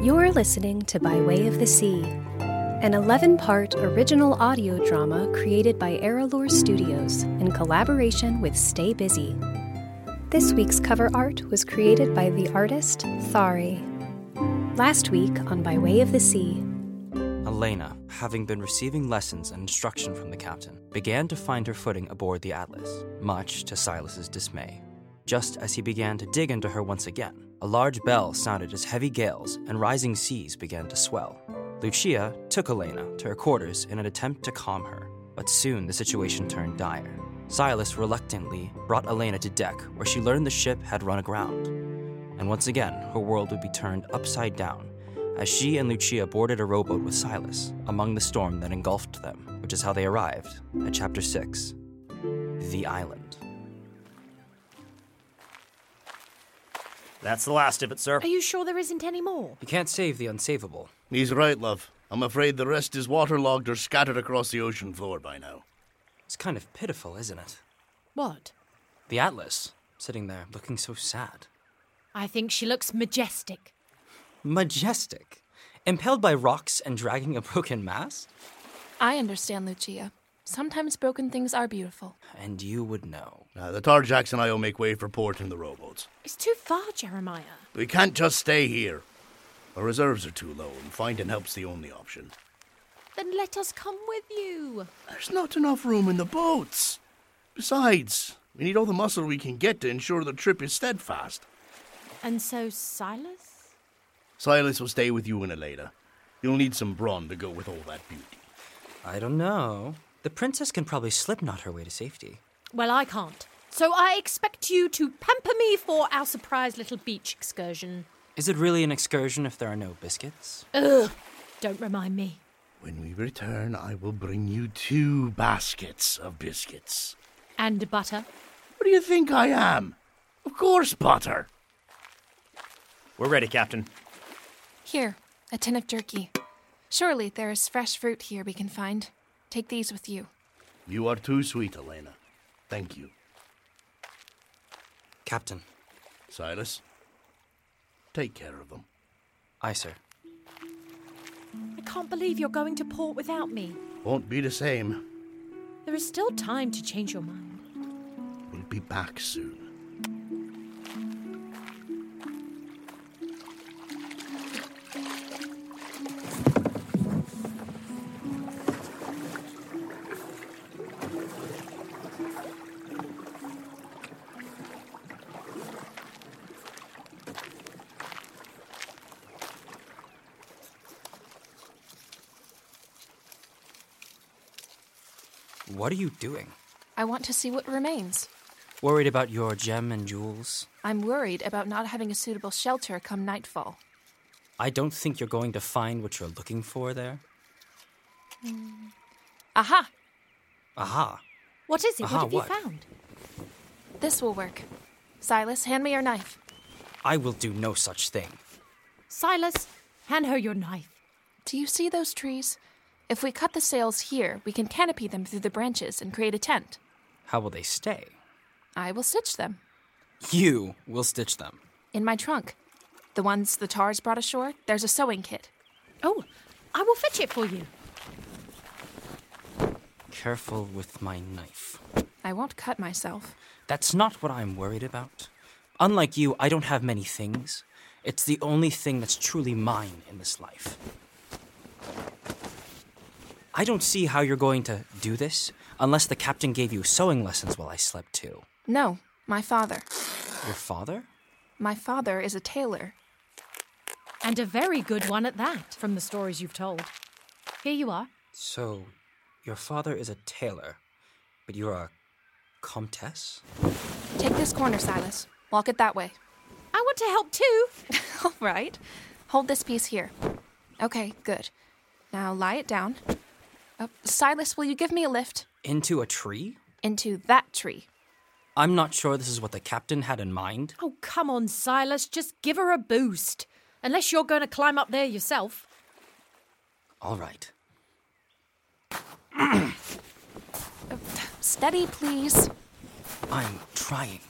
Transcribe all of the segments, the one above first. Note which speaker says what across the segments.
Speaker 1: You're listening to By Way of the Sea, an 11 part original audio drama created by Aralure Studios in collaboration with Stay Busy. This week's cover art was created by the artist Thari. Last week on By Way of the Sea,
Speaker 2: Elena, having been receiving lessons and instruction from the captain, began to find her footing aboard the Atlas, much to Silas's dismay. Just as he began to dig into her once again, a large bell sounded as heavy gales and rising seas began to swell. Lucia took Elena to her quarters in an attempt to calm her, but soon the situation turned dire. Silas reluctantly brought Elena to deck, where she learned the ship had run aground. And once again, her world would be turned upside down as she and Lucia boarded a rowboat with Silas among the storm that engulfed them, which is how they arrived at Chapter 6 The Island.
Speaker 3: That's the last of it, sir.
Speaker 4: Are you sure there isn't any more?
Speaker 2: You can't save the unsavable.
Speaker 5: He's right, love. I'm afraid the rest is waterlogged or scattered across the ocean floor by now.
Speaker 2: It's kind of pitiful, isn't it?
Speaker 4: What?
Speaker 2: The Atlas, sitting there looking so sad.
Speaker 4: I think she looks majestic.
Speaker 2: Majestic. Impelled by rocks and dragging a broken mast?
Speaker 6: I understand, Lucia. Sometimes broken things are beautiful.
Speaker 2: And you would know.
Speaker 5: Uh, the Tarjacks and I will make way for port in the rowboats.
Speaker 4: It's too far, Jeremiah.
Speaker 5: We can't just stay here. Our reserves are too low, and finding help's the only option.
Speaker 4: Then let us come with you.
Speaker 5: There's not enough room in the boats. Besides, we need all the muscle we can get to ensure the trip is steadfast.
Speaker 4: And so, Silas?
Speaker 5: Silas will stay with you and Elena. You'll need some brawn to go with all that beauty.
Speaker 2: I don't know. The princess can probably slipknot her way to safety.
Speaker 4: Well, I can't. So I expect you to pamper me for our surprise little beach excursion.
Speaker 2: Is it really an excursion if there are no biscuits?
Speaker 4: Ugh, don't remind me.
Speaker 5: When we return, I will bring you two baskets of biscuits.
Speaker 4: And butter.
Speaker 5: What do you think I am? Of course, butter.
Speaker 3: We're ready, Captain.
Speaker 6: Here, a tin of jerky. Surely there is fresh fruit here we can find. Take these with you.
Speaker 5: You are too sweet, Elena. Thank you.
Speaker 2: Captain.
Speaker 5: Silas, take care of them.
Speaker 2: Aye, sir.
Speaker 4: I can't believe you're going to port without me.
Speaker 5: Won't be the same.
Speaker 4: There is still time to change your mind.
Speaker 5: We'll be back soon.
Speaker 2: What are you doing?
Speaker 6: I want to see what remains.
Speaker 2: Worried about your gem and jewels?
Speaker 6: I'm worried about not having a suitable shelter come nightfall.
Speaker 2: I don't think you're going to find what you're looking for there.
Speaker 4: Aha!
Speaker 2: Aha.
Speaker 4: What is it?
Speaker 2: Aha,
Speaker 4: what have
Speaker 2: what?
Speaker 4: you found?
Speaker 6: This will work. Silas, hand me your knife.
Speaker 2: I will do no such thing.
Speaker 4: Silas, hand her your knife.
Speaker 6: Do you see those trees? If we cut the sails here, we can canopy them through the branches and create a tent.
Speaker 2: How will they stay?
Speaker 6: I will stitch them
Speaker 2: You will stitch them.
Speaker 6: in my trunk. The ones the tars brought ashore, there's a sewing kit.
Speaker 4: Oh, I will fetch it for you.
Speaker 2: Careful with my knife.
Speaker 6: I won't cut myself.
Speaker 2: That's not what I'm worried about. Unlike you, I don't have many things. It's the only thing that's truly mine in this life. I don't see how you're going to do this unless the captain gave you sewing lessons while I slept too.
Speaker 6: No, my father.
Speaker 2: Your father?
Speaker 6: My father is a tailor.
Speaker 4: And a very good one at that, from the stories you've told. Here you are.
Speaker 2: So, your father is a tailor, but you're a comtesse?
Speaker 6: Take this corner, Silas. Walk it that way.
Speaker 4: I want to help too.
Speaker 6: All right. Hold this piece here. Okay, good. Now lie it down. Oh, Silas, will you give me a lift
Speaker 2: Into a tree?
Speaker 6: into that tree?
Speaker 2: I'm not sure this is what the captain had in mind.
Speaker 4: Oh, come on, Silas. Just give her a boost. Unless you're going to climb up there yourself.
Speaker 2: All right.
Speaker 6: Steady, please.
Speaker 2: I'm trying.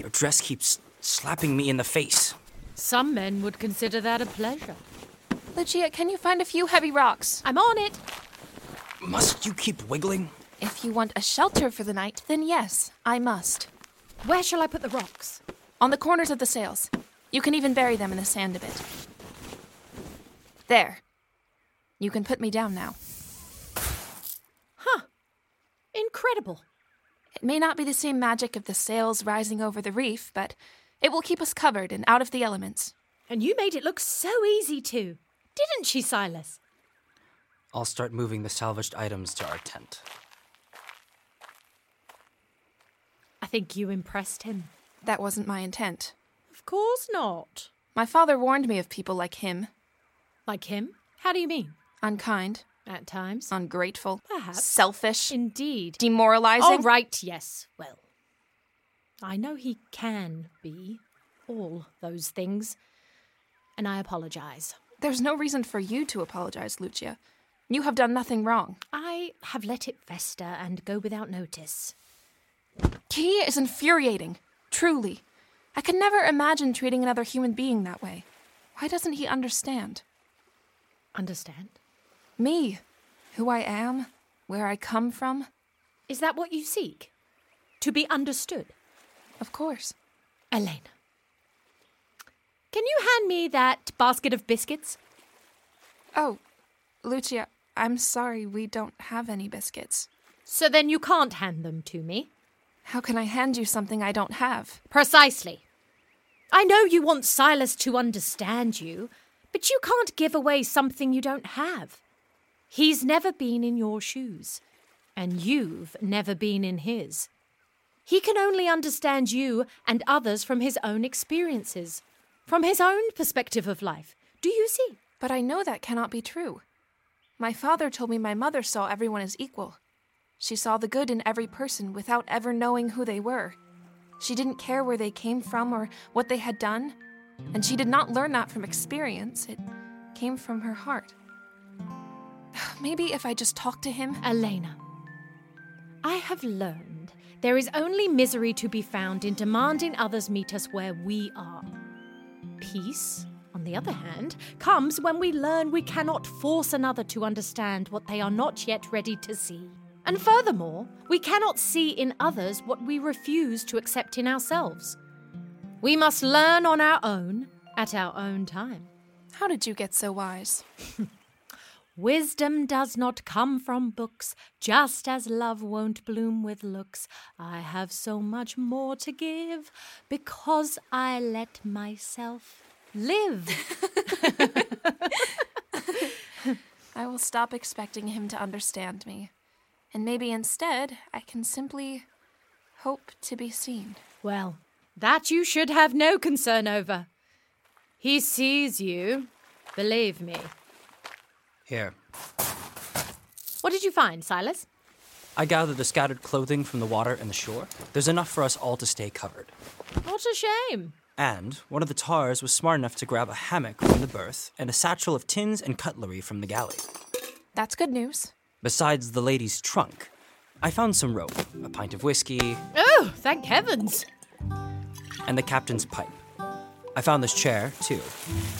Speaker 2: Your dress keeps slapping me in the face.
Speaker 4: Some men would consider that a pleasure.
Speaker 6: Lucia, can you find a few heavy rocks?
Speaker 4: I'm on it.
Speaker 2: Must you keep wiggling?
Speaker 6: If you want a shelter for the night, then yes, I must.
Speaker 4: Where shall I put the rocks?
Speaker 6: On the corners of the sails. You can even bury them in the sand a bit. There. You can put me down now.
Speaker 4: Incredible.
Speaker 6: It may not be the same magic of the sails rising over the reef, but it will keep us covered and out of the elements.
Speaker 4: And you made it look so easy too. Didn't she, Silas?
Speaker 2: I'll start moving the salvaged items to our tent.
Speaker 4: I think you impressed him.
Speaker 6: That wasn't my intent.
Speaker 4: Of course not.
Speaker 6: My father warned me of people like him
Speaker 4: Like him? How do you mean?
Speaker 6: unkind,
Speaker 4: At times.
Speaker 6: ungrateful,
Speaker 4: Perhaps.
Speaker 6: selfish,
Speaker 4: Indeed.
Speaker 6: demoralizing.
Speaker 4: All right, yes. Well, I know he can be all those things, and I apologize.
Speaker 6: There's no reason for you to apologize, Lucia. You have done nothing wrong.
Speaker 4: I have let it fester and go without notice.
Speaker 6: He is infuriating, truly. I could never imagine treating another human being that way. Why doesn't he understand?
Speaker 4: Understand?
Speaker 6: Me, who I am, where I come from?
Speaker 4: Is that what you seek? To be understood?
Speaker 6: Of course.
Speaker 4: Elena. Can you hand me that basket of biscuits?
Speaker 6: Oh, Lucia, I'm sorry we don't have any biscuits.
Speaker 4: So then you can't hand them to me.
Speaker 6: How can I hand you something I don't have?
Speaker 4: Precisely. I know you want Silas to understand you, but you can't give away something you don't have. He's never been in your shoes, and you've never been in his. He can only understand you and others from his own experiences, from his own perspective of life. Do you see?
Speaker 6: But I know that cannot be true. My father told me my mother saw everyone as equal. She saw the good in every person without ever knowing who they were. She didn't care where they came from or what they had done, and she did not learn that from experience. It came from her heart. Maybe if I just talked to him,
Speaker 4: Elena, I have learned there is only misery to be found in demanding others meet us where we are. Peace, on the other hand, comes when we learn we cannot force another to understand what they are not yet ready to see. And furthermore, we cannot see in others what we refuse to accept in ourselves. We must learn on our own at our own time.
Speaker 6: how did you get so wise?
Speaker 4: Wisdom does not come from books, just as love won't bloom with looks. I have so much more to give because I let myself live.
Speaker 6: I will stop expecting him to understand me, and maybe instead I can simply hope to be seen.
Speaker 4: well, that you should have no concern over. He sees you, believe me.
Speaker 2: Here.
Speaker 4: What did you find, Silas?
Speaker 2: I gathered the scattered clothing from the water and the shore. There's enough for us all to stay covered.
Speaker 4: What a shame.
Speaker 2: And one of the tars was smart enough to grab a hammock from the berth and a satchel of tins and cutlery from the galley.
Speaker 6: That's good news.
Speaker 2: Besides the lady's trunk, I found some rope, a pint of whiskey,
Speaker 4: Oh, thank heavens.
Speaker 2: and the captain's pipe. I found this chair, too,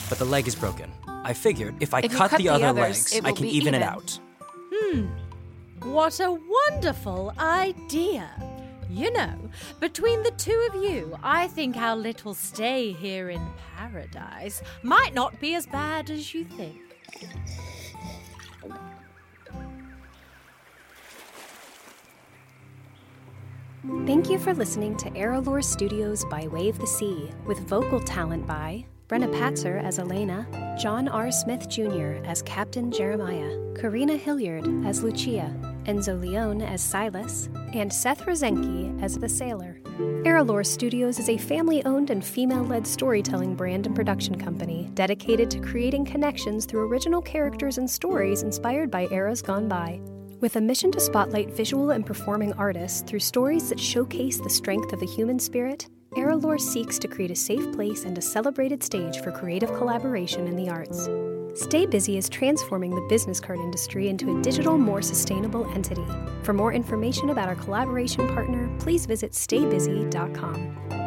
Speaker 2: but the leg is broken. I figured if I
Speaker 6: If you
Speaker 2: cut,
Speaker 6: cut
Speaker 2: the,
Speaker 6: the
Speaker 2: other
Speaker 6: others,
Speaker 2: legs,
Speaker 6: it
Speaker 2: I
Speaker 6: will
Speaker 2: can
Speaker 6: be
Speaker 2: even, it
Speaker 6: even.
Speaker 2: out.
Speaker 4: What a wonderful idea! You know, between the two of you, I think our little stay here in paradise might not be as bad as you think.
Speaker 1: Thank you for listening to Aerolore Studios by Way of the Sea, with vocal talent by Brenna Patzer as Elena, John R. Smith Jr. as Captain Jeremiah, Karina Hilliard as Lucia, Enzo Leone as Silas, and Seth Rosenke as the Sailor. Aerolore Studios is a family owned and female led storytelling brand and production company dedicated to creating connections through original characters and stories inspired by eras gone by. With a mission to spotlight visual and performing artists through stories that showcase the strength of the human spirit, Aerolore seeks to create a safe place and a celebrated stage for creative collaboration in the arts. Stay Busy is transforming the business card industry into a digital, more sustainable entity. For more information about our collaboration partner, please visit staybusy.com.